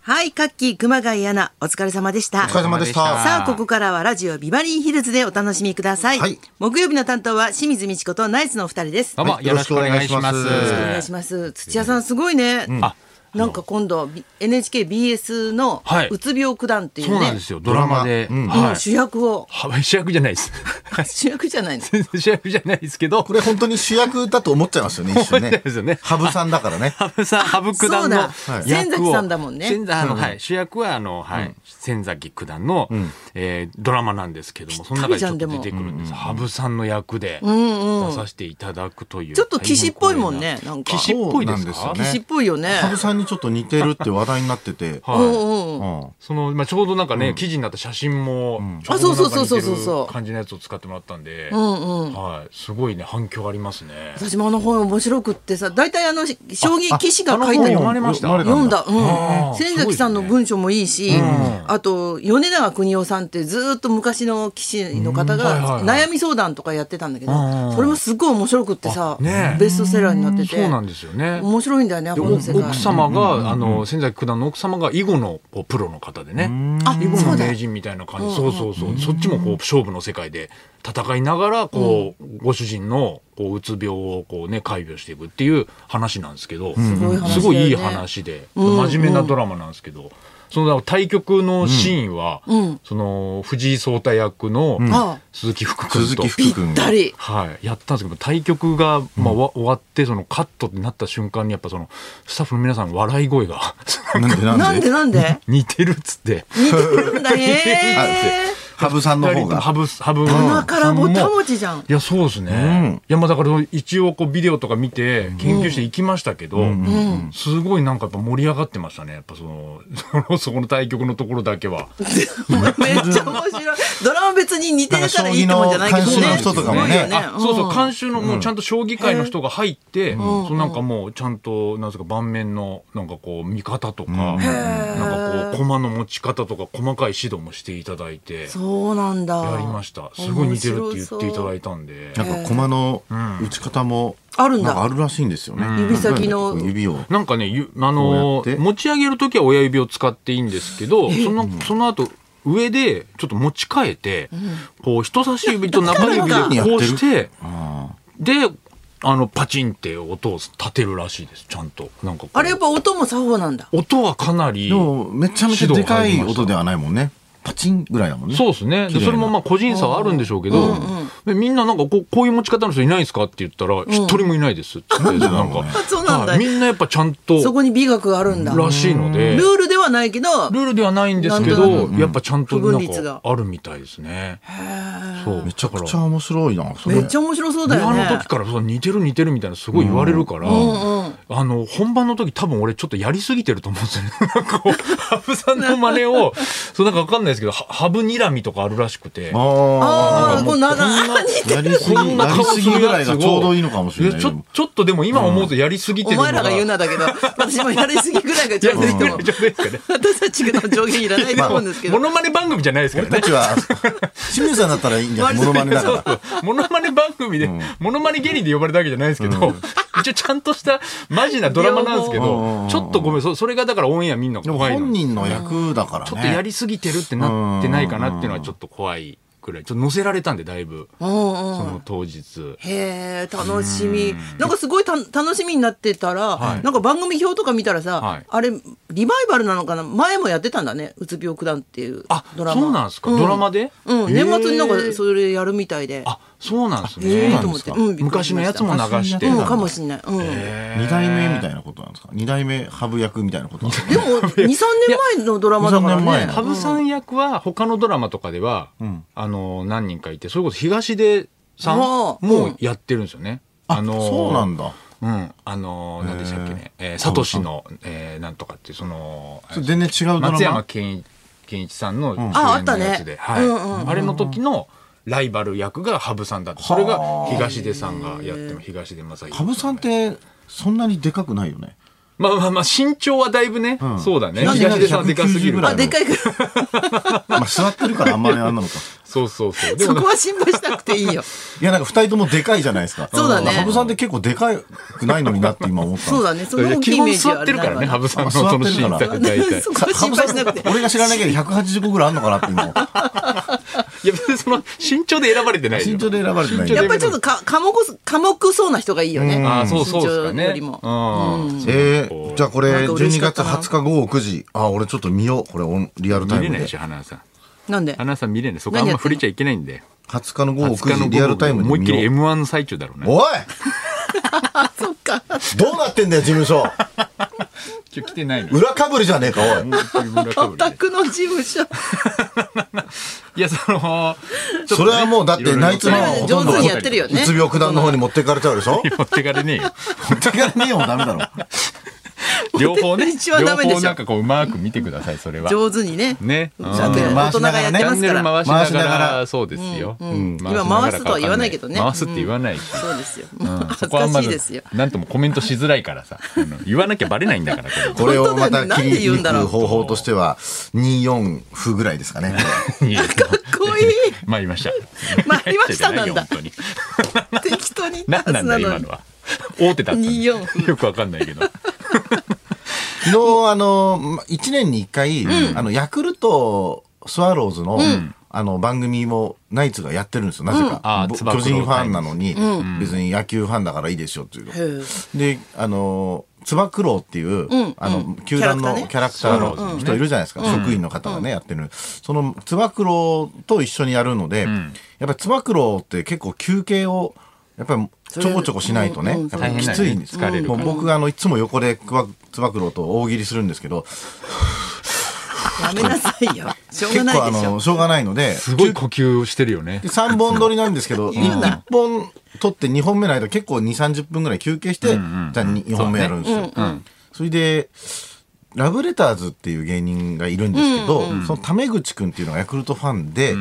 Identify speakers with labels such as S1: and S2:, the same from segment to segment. S1: はい、カッキー、熊谷アナ、お疲れ様でした。
S2: お疲れ様でした
S1: さあ、ここからはラジオビバリーヒルズでお楽しみください。
S2: はい
S1: 木曜日の担当は清水美智子とナイツのお二人です。
S3: どうも、
S2: はい
S3: よろしくお願いします。
S2: よろしくお
S1: お願いします。土屋さん、すごいね。
S3: あ
S1: なんか今度、B- NHKBS の
S3: はいう
S1: つ病九段っていうね、
S3: そうなんですよ、ドラマで。
S2: うん
S1: もう
S3: はい
S1: 主役を、
S3: は主役じゃないです。
S1: 主役じゃないの。
S3: 全然主役じゃないですけど
S2: こ、れ本当に主役だと思っちゃいますよね、一瞬
S3: 思っちゃ
S2: ね
S3: いますよね。
S2: 羽生さんだからね。
S3: 羽生さん、羽生九段
S1: そうだ
S3: の役を。
S1: 仙崎さんだもんね
S3: 仙崎あの、はい、主役は、あの、はい、仙崎九段の、えードラマなんですけども、その中でちょっと出てくるんです。羽生さんの役で出させていただくという。
S1: ちょっと騎士っぽいもんねなんか
S3: 騎士っぽいですか
S2: そうなんで
S1: 騎
S2: すよね
S1: 士っぽいよね。
S2: 羽生さんにちょっと似てるって話題になってて。
S3: はい
S1: うんうん。
S2: う
S3: その、まあ、ちょうどなんかね、記事になった写真も、
S1: あそうそうそうそうそうそう
S3: 感じのやつを使ってもらったんで、
S1: ん
S3: はい、すごいね、反響ありますね。
S1: 私もあの本面白くってさ、大体あの、し将棋棋士が書いた
S3: あ
S1: よ
S3: あの本読まれました
S2: 読まれた
S1: 読んだ、
S3: あ
S1: う
S3: あ
S1: ん、千崎さんの文章もいいし、あと米長邦夫さんってずーっと昔の棋士の方
S3: うんはい
S1: が
S3: はいはい
S1: 悩み相談とかやってたんだけど、
S3: うんうん
S1: それもすごい面白くってさ、
S3: あねえ
S1: ベストセラーになって
S3: そう
S1: て
S3: なんですよね。
S1: 面白いんだよね
S3: で
S1: この
S3: お
S1: 世界
S3: 奥様が、あの、仙崎九段の奥様が囲碁のこうプロの方でね、
S1: あ
S3: 囲碁
S1: そ
S3: の
S1: うだ
S3: 名人みたいな感じ、そうそうそう、そっちもこう勝負の世界で戦いながら、こう、ご主人のこううつ病をこうね、解病していくっていう話なんですけど、
S1: すごい話だよね
S3: すごいいい話で、真面目なドラマなんですけど、その対局のシーンは
S1: うん、
S3: その藤井聡太役の
S1: あ
S3: 鈴木福君
S2: 鈴
S3: と
S2: 木
S1: ぴ
S2: 福
S1: っ
S2: 君
S1: たり
S3: はい、やったんですけど対局が、まあわ終わってそのカットになった瞬間にやっぱそのスタッフの皆さんの笑い声が
S2: なんでな
S1: なん
S2: ん
S1: で
S2: で
S1: なんで
S3: 似てるっつって
S1: 似てるんだ ね
S2: 羽生さんの方
S3: 二人とも
S2: が。
S3: ハブハブ
S1: 鼻からぼたもちじゃん
S3: いやそうですね、
S2: うん
S3: いやまあだから一応こうビデオとか見て研究していきましたけど、
S1: ん
S3: すごいなんかやっぱ盛り上がってましたねやっぱそのその そこの対局のところだけは
S1: めっちゃ面白いドラマ別に似てたらいいってもんじゃないけどね
S2: そうなんですよ
S1: すごいよね
S3: あそうそう、
S1: ん
S3: 監修のもうちゃんと将棋界の人が入って、そのなんかもうちゃんと、なんですか、盤面の、なんかこう、見方とか、なんかこう、駒の持ち方とか、細かい指導もしていただいて、
S1: そうなんだ
S3: やりました。すごい似てるって言っていただいたんで。
S2: なんか駒の打ち方も、
S1: あるんだ
S2: なかあるらしいんですよね。
S1: 指先の
S2: なんか指を。
S3: なんかね、ゆあの
S2: こうや
S3: ー
S2: って
S3: 持ち上げるときは親指を使っていいんですけど、その、その後、上で、ちょっと持ち替えて、こう、人差し指と中指でこうして、
S2: あ
S3: で、あの、パチンって音を立てるらしいです、ちゃんと。なんかこう
S1: あれやっぱ音も作法なんだ
S3: 音はかなり
S2: ーでも、めちゃめちゃでかい音ではないもんね。パチンぐらいだもんね。
S3: そうですね
S2: 綺麗
S3: で
S2: な
S3: それもまあ個人差はあるんでしょうけど、でみんななんかこうこういう持ち方の人いないですかって言ったら一人もいないですって言って、
S2: だ
S3: なん
S2: ろう
S3: か
S2: ね
S1: そうなんだ
S3: はいみんなやっぱちゃん
S1: そ
S3: と
S1: こに美学があるんだル
S3: らしいので
S1: ールではないけど
S3: ルールではないんですけ
S1: なん
S3: どやっぱちゃんと
S1: 不
S3: な
S1: 分
S3: ん
S1: 率が
S3: かあるみたいですね。そう
S2: めちゃくち
S3: だ
S2: ゃ面白いな、それ。
S1: めっちゃ面白そうだ
S3: から
S1: よ
S3: 裏の
S1: ね
S3: 時からそう似てる似てるみたいなすごい言われるから、
S1: うんうん
S3: あの本番の時多分俺ちょっとやりすぎてると思うんですよね。 なんかこう羽生さんの真似をそうなんかわかんないです けどは羽生睨みとかあるらしくて。
S2: あ
S1: ああこう長い似て
S2: あ。やりすぎ、
S3: こんな
S2: や
S3: 顔
S2: り
S3: す
S2: す
S3: る
S2: ぎぐらいがちょうどいいのかもしれ
S3: い
S2: な
S3: や
S2: い。
S3: ちょちょっとでも今思うとやりすぎて
S1: お
S3: るの
S1: 前
S3: が、
S1: らが言うなだけど私もやりすぎぐらいがち
S3: や
S1: ょう
S3: り
S1: どい
S3: す
S1: い
S3: ぎ
S1: と
S3: て
S1: 思
S3: る
S1: うん
S3: じゃないですか
S1: 私
S3: ね
S1: たちの上限いらないと思うんですけ
S3: モ
S1: ど
S3: ノマネ番組じゃないですから
S2: 俺
S3: ね
S2: たちは、清水さんだったらいいんじゃないモノマネだから。
S3: モノマネ番組で、モノマネ芸人で呼ばれたわけじゃないですけど、一応ちゃんとしたマジなドラマなんですけ
S2: 両
S3: ど
S2: 方
S3: ちょっとごめんそそれがだからオンエア見んの
S2: で
S3: が
S2: も
S3: 怖いの
S2: 本人の役だからね。
S3: ちょっとやりすぎてるってなってないかなっていうのはちょっと怖いくらいちょっと載せられたんでだいぶ
S1: うん
S3: そ
S1: うん
S3: の当日。
S1: へえ楽しみなんかすごいた楽しみになってたら、
S3: はい
S1: なんか番組表とか見たらさ、
S3: はい
S1: あれリバイバルなのかな前もやってたんだね「うつ病九段」っていう
S3: あ
S1: ドラマ
S3: そうなんですかドラマで
S1: うん、
S3: へえ
S1: 年末になんかそれやるみたいで
S3: あそうなんです
S1: ええ
S3: ね
S1: と思って、
S2: そうなん
S1: びっくり
S3: 昔
S1: し
S3: の
S1: ま
S3: や
S1: した
S3: つも流して
S1: うんかもしれない、うん
S2: 二代目みたいなことなんですか二代目ハブ役みたいなことなんですか
S1: でも23年前のドラマだから
S2: いや
S1: ね
S3: 羽生さん役は他のドラマとかでは、あの何人かいてそれこそ東出さん
S1: あ
S3: も
S1: ーうん
S3: やってるんですよね。
S2: あ
S3: の
S2: そうなんだ。
S3: うん、あの何でしたっけね、えー、サトシの、えー、なんとかっていうその
S2: それ全然違うドラマ
S3: 松山ケンイ健一さんの主演
S1: ああった
S3: の
S1: ね
S3: やつで、はい
S1: うんうんうん
S3: あれの時のライバル役が羽生さんだったそれが東出さんがやっても東出正
S2: ハブ
S3: 彦
S2: さんってそんなにでかくないよね。
S3: まあまあまあ身長はだいぶね、
S2: ん
S3: そうだね
S2: 東出
S3: 東出さんでかすぎ
S2: 190
S3: る
S2: ぐらい
S1: あでっかいから
S2: まあ座ってるからあんまりあんなのか。
S3: そうそうそう。で
S1: そ
S3: もな
S1: こは心配しなくてい いよ。
S2: いやなんか二人ともでかいじゃないですか。
S1: そうだね
S2: ん羽生さんって結構でかくないのになって今思った。
S1: そうだね。その大きい
S3: 基
S1: イメー
S3: 本
S1: ジは
S3: 座
S1: あ
S3: ってるからね、羽生さんのその身
S2: 座ってる
S3: 体が
S2: か
S3: 大 体。
S1: そこは心配しな くて。
S2: 俺が知らないけど185ぐらいあんのかなって今。
S3: いや、別にその身長で選ばれてないよ。
S2: 身長で選ばれてない
S3: 身長
S1: やっ
S3: で
S1: ぱりちょっとか科目科目そうな人がいいよね。
S3: ああ、そうそう
S1: 身
S3: ですか
S1: 長よ
S3: ね。
S1: りも
S3: うん。
S2: えー、じゃあこ
S1: なん
S2: れ
S1: か嬉し
S2: 12
S1: かっ
S2: 月
S1: たな
S2: 20日午後9時あ俺ちょっと見ようこれオンリアルタイ
S3: 見れ
S2: ム
S3: な
S2: で
S3: いでしょ、花さん。
S1: なんで
S3: 花さん見れない。そこあん
S1: 何や
S3: ま
S1: ってんの
S3: 触れちゃいけないんで。
S2: 20日の午後
S3: 20日
S2: 9
S3: の
S2: 時リアルタイムで
S3: 思いっきり
S2: 見よ
S3: M1 の最中だろう
S2: う
S3: ね。
S2: おい
S1: あ、そっ か。
S2: どうなってんだよ事務所
S3: 今日来てないのよ。
S2: 裏かぶりじゃねえかおい
S1: お宅の事務所。
S3: いや、その、
S2: それはもうだってナイツのほとんど
S1: 上手にやってるよね
S2: うつ病九段の方に持ってかれちゃうでしょ
S3: 持ってかれねえよ。
S2: 持ってかれねえよダメだろ
S3: 両方ね。
S1: 一応ダメでしょ
S3: 両方なんかこう、うまく見てください、それは。
S1: 上手にね。
S3: ね。うん
S1: ちゃんとや大人がやって
S3: チャ
S1: ま
S3: ン
S1: す
S3: ネ
S1: か
S3: ル
S1: ら。
S3: 回しな
S2: 回しな
S3: が
S2: が
S3: ら、
S2: ら
S3: そうですよ。
S1: うん
S3: うん
S1: 今回すとは言わないけどね
S3: 回すって言わないし。
S1: そうですよ。
S3: うん
S1: 恥
S3: そ
S1: ず
S3: こはあ
S1: か
S3: んま
S1: し
S3: り
S1: いですよ。
S3: なんともコメントしづらいか らさ。あの言わなきゃバレないんだから、これ
S2: これをま
S1: 本
S2: た
S1: 当だよねな
S2: 切
S1: んで
S2: り
S1: 言うんだろう
S2: 抜く方法としては24歩ぐらいですかね
S3: いいですよ
S1: かっこいい。
S3: 参りました。
S1: 参りま したなんだ
S3: 入ってないよ本当に。
S1: 適当に言ったは
S3: 何な
S1: ず
S3: ん
S1: な
S3: だ
S1: の
S3: よ今
S1: に
S3: の。は。大手だったんだ。
S1: 二四
S3: よくわかんないけど。
S2: 昨日あのま1年に1回、あのヤクルトスワローズの、あの番組もナイツがやってるんですよなぜか、
S3: あー
S2: ぼ
S3: つば九
S2: 巨
S3: 郎
S2: 人ファンなのに、別に野球ファンだからいいでしょっていうの
S1: へえ
S2: であのつば九郎っていう、
S1: ん
S2: あ
S1: う
S2: の、
S1: ん
S2: 球団の
S1: キャラクターね
S2: キャラクター
S3: そう
S2: の人いるじゃないですか、職員の方がね、やってるそのつば九郎と一緒にやるので、やっぱりつば九郎って結構休憩をやっぱりちょこちょこしないと
S1: そ
S2: ね、
S1: れうん
S2: やっぱりきついんです、
S3: 大変だよね
S2: も
S3: 疲れるから
S2: う僕があのいつも横でくわつば九郎と大喜利するんですけど
S1: やめなさいよ。しょうが
S2: 結
S1: ない
S2: 構あ
S1: でしょ
S2: の。しょうがないのです
S3: ごい呼吸をしてるよね。
S2: 3本撮りなんですけ ど、
S1: 言うな
S2: 1本撮って2本目の間結構2、30分ぐらい休憩して、じゃあ
S3: んうん
S2: 2本目やるんですよ。それで、ラブレターズっていう芸人がいるんですけど、そのタメ口くんっていうのがヤクルトファンで、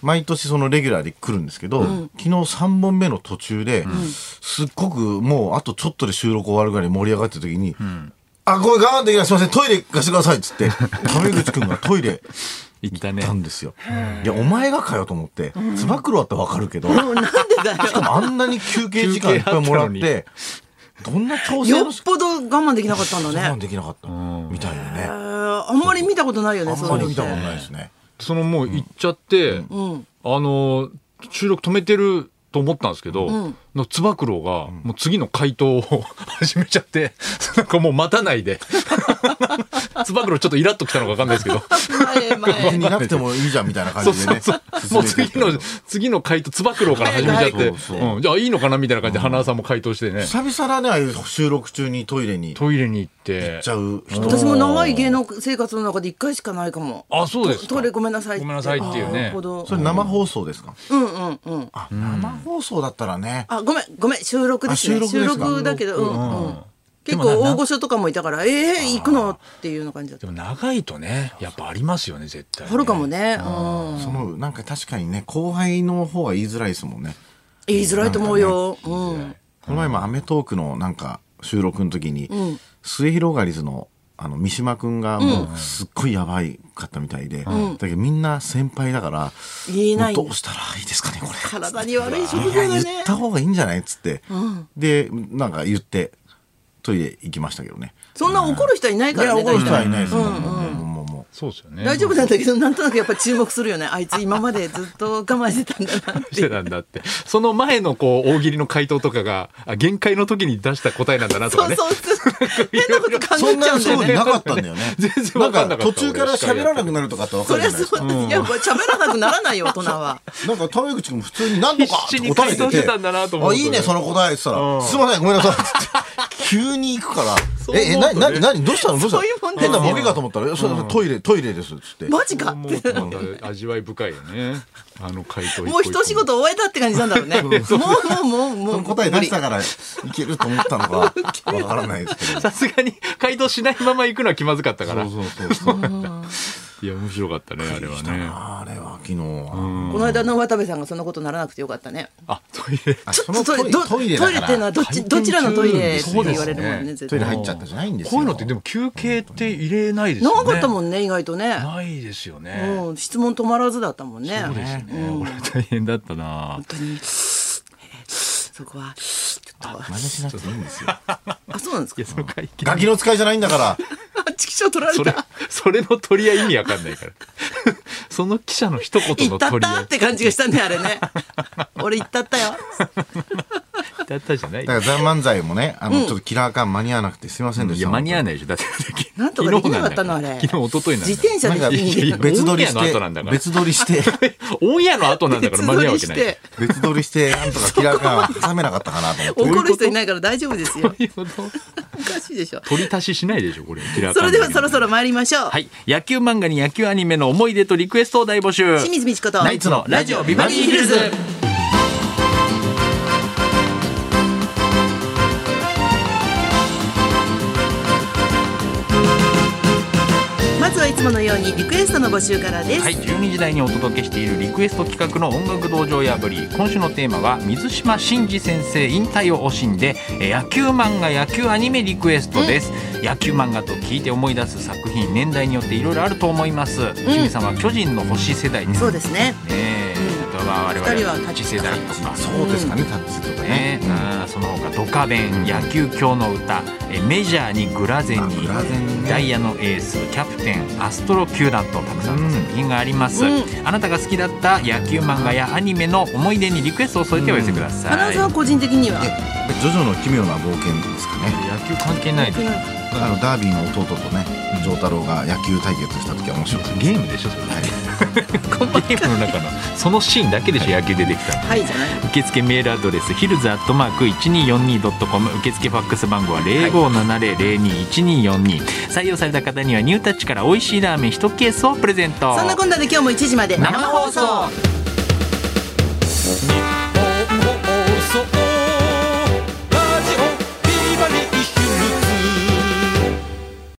S2: 毎年そのレギュラーで来るんですけど、昨日3本目の途中で、すっごくもうあとちょっとで収録終わるぐらい盛り上がってた時に、あ、ごめん、我慢できない。すいません。トイレ行かせてください。っつって、タメ口くんがトイレ
S3: 行った
S2: 行
S3: ね
S2: った。んですよ。いや、お前がかよと思って、つば九郎だってわかるけど、し
S1: もうなんでだ
S2: か
S1: よ。
S2: もあんなに休憩時間いっぱいもらっ
S3: 休憩
S2: て、どんな調整
S1: よ
S2: の
S1: っ
S2: 仕
S1: ぽど我慢できなかったん
S2: 方
S1: だ
S2: も
S1: ね。
S2: できなかったみたいな
S1: え
S2: ね。
S1: ーあんまり見たことないよ
S2: あ
S1: ね、
S2: ん
S1: そ
S2: ま
S1: う
S2: り
S1: いうの
S2: 見
S1: ったて
S2: こと。ないですね。
S3: そのもう行っちゃって、あの、収録止めてると思ったんですけど、のつば九郎が、もう次の回答を始めちゃって、なんかもう待たないで。 つば九郎ちょっとイラッときたのかわかんないですけど。
S1: 前
S2: 別
S1: 前
S2: にいなくてもいいじゃんみたいな感
S3: そう
S2: じ
S3: そ
S2: で
S3: う
S2: ね
S3: そう。。もう次の、次の回答、つば九郎から始めちゃっ
S2: 早
S3: て、
S2: く早く
S3: うんじゃあいいのかなみたいな感じで、花輪さんも回答してね、
S2: 久々だね、ああいう収録中にトイレに行っ
S3: トイレに行って
S2: ち、ゃう人。
S1: 私も長い芸能生活の中で一回しかないかも。
S3: あ、そうです
S1: ト
S3: か
S1: イレ。ごめんなさいって。
S3: ごめんなさいっていうね
S1: あなるほど
S2: それ生放送ですか
S1: うんうんうん。
S2: あ、生放送だったらね。
S1: あ、ごめん、ごめん、収録ですね。
S2: あ収録です
S1: 収
S2: か
S1: 録だけど、うんうん。結
S3: でも
S1: 構
S3: なな
S1: 大御所とかもいたから、ええ、行くのっていうような感じだっ
S3: で
S1: た。
S3: も長いとね、やっぱありますよね、絶対ね。
S1: あるかもね。うん。
S2: その、なんか確かにね、後輩の方が言いづらいですもんね。
S1: 言いづらいと思うよ。うん。
S2: この前も『アメトーーク』のなんか収録の時に、末広がりずのあの三島くんがもうすっごいやばいかったみたいで、だけどみんな先輩だから、
S1: 言えない
S2: もうどうしたらいいですかねこれ
S1: 体に悪い職
S2: い
S1: 業
S2: や
S1: だ
S2: 言
S1: ね
S2: っ。た方がいいんじゃないっつって、でなんか言ってトイレ行きましたけどね
S1: そんな怒る人はいない
S2: い
S1: から
S2: や
S1: ね。
S2: 怒る人
S1: 大
S2: は
S1: 体
S2: いないですもん、もうもうも
S3: そうですよね。
S1: 大丈夫なんだけど、なんとなくやっぱ注目するよね。あいつ今までずっと我慢してたんだなっ
S3: して
S1: い
S3: て
S1: う。
S3: たんだって。その前のこう、大喜利の回答とかが、あ限界の時に出した答えなんだなとか
S1: そう
S3: ね。
S1: そうそう。変なこと
S2: うそ
S1: 考え
S2: ん
S1: ちゃ
S2: な
S1: うんだ
S2: そ
S1: よ
S2: う
S1: ね。
S2: なかったんだよね
S3: 全然わかんなかった
S2: んか途中から喋らなくなるとかってわか
S1: そ
S2: る
S1: り
S2: じ
S1: ゃ
S2: ゃないです
S1: そ
S2: か
S1: うです。いや、喋らなくならないよ、大人は。
S2: なんか、タメ口君も普通に何 とかって答え
S3: 必死に回答
S2: て
S3: して
S2: て、
S3: たんだなと思う
S2: あ、いいね、その答えって言った
S3: う
S2: ら、
S3: ん
S2: すいません、ごめんなさいっ つって。急に行くから、
S3: そう思うとね
S2: え、え、な、な、な、どうしたのどうした
S1: そういうもん
S2: の
S1: ですよ
S2: 変なボケかと思ったら、いやそれそれトイレ、トイレです、つって。
S1: マジか
S3: も
S1: っ
S3: う
S1: て。
S3: なんか味わい深いよね。あの回答
S1: もう一仕。事終えたって感じなんだろう ね。もうもうもうも。
S2: そうの答え出した
S1: か
S2: から、いけると思った のか、わ からないですけど。
S3: さすがに回答しないまま行くのは気まずかったから。
S2: そうそうそう。
S3: いや面白かったねあれは ね
S2: あれは昨日は。
S1: この間の渡部さんがそんなことならなくてよかったね。
S3: あトイレ
S2: あ
S1: ちょ
S2: そ
S1: っと
S2: の
S1: トイレどトイレ
S2: だから
S1: っていうのはどっ
S3: 回
S1: ち
S3: 転
S1: どちらのトイレって
S3: 中
S1: 言
S3: ですよ
S1: われるもんね絶
S2: トイレ
S1: 対。
S2: 入っちゃったじゃないんですよ。
S3: こういうのってでも休憩って入れないですよね
S1: 長かったもんね意外とね。
S3: ないですよね、
S1: うん質問止まらずだったもんね。
S3: そうですよね、これ大変だったな
S1: 本当に。そこはちょっと
S2: 真似しなくていいんですよ。
S1: あそうなんです
S3: い
S1: か
S3: や。その会見
S2: ガキの使いじゃないんだ から。
S1: あチキショー取られ
S3: それ
S1: た。
S3: それの取り合い意味わかんないから その記者の一言
S1: 行
S3: の
S1: ったっ
S3: 取り合
S1: た
S3: い
S1: って感じがしたねあれね。俺行ったったよ。
S3: だったじゃない
S2: だから、ザ・漫才もね、あの、ちょっとキラー感間に合わなくてすいませんでし
S3: い
S2: た。
S3: や間に合わ
S2: な
S3: ないでしょだって
S1: なんとかできなかったのあれ。
S3: 昨日一昨日なんだ
S1: 自転車
S2: なんか
S1: で
S3: いやいや
S2: 別撮りし
S3: オンエアの後なんだ
S2: て、
S3: から
S2: 別撮りして、
S3: オンエアの後なんだから間に合うわけな
S1: 別
S3: い
S1: 撮りして
S2: 別撮りして、なんとかキラー感挟めなかったかなと思って。
S1: 怒る人いないから大丈夫です よ。
S3: ということ
S1: おかしいでしょ。
S3: 取り足ししないでしょこれ明らか
S1: そ
S3: に
S1: れではそろそろ参りましょう。
S3: はい野球漫画に野球アニメの思い出とリクエストを大募集
S1: 清水美智子と。
S3: ナイツのラジオビバリーヒルズ
S1: まずはいつものようにリクエストの募集からです。
S3: はい、12時台にお届けしているリクエスト企画の音楽道場破り今週のテーマは水島新司先生引退を惜しんでえー野球漫画野球アニメリクエストです、野球漫画と聞いて思い出す作品年代によっていろいろあると思います、清水さんは巨人の星世代に
S1: そうですね。
S3: えーあとは我
S1: 二人
S3: 々
S1: は
S3: は
S1: タッチ
S3: 知世代とか
S2: そうですかね、タッチとか
S3: ね
S2: ね。うん
S3: あーその他ドカベン、野球狂の歌、えーメジャーにグラゼン
S2: あ
S3: に
S2: グラゼンね
S3: ダイヤのエースキャプテンアストロ球団とたくさんの作品があります、
S1: うん
S3: あなたが好きだった野球漫画やアニメの思い出にリクエストを添えてお寄せくださ
S1: 花
S3: い、
S1: ズは個人的には。
S2: でジョジョの奇妙な冒険ですかね。
S3: 野球関係ないで
S2: あの、ダービーの弟とね、丈太郎が野球対決した時は面白かったです。
S3: ゲームでしょそ れ
S2: はい
S3: ゲームの中のそのシーンだけでしょ野球出てきたの
S1: はいじゃない。
S3: 受付メールアドレスヒルズアットマーク 1242.com 受付ファックス番号は0570021242採用された方にはニュータッチから美味しいラーメン1ケースをプレゼント
S1: そんなこんなで今日も1時まで
S3: 生放送日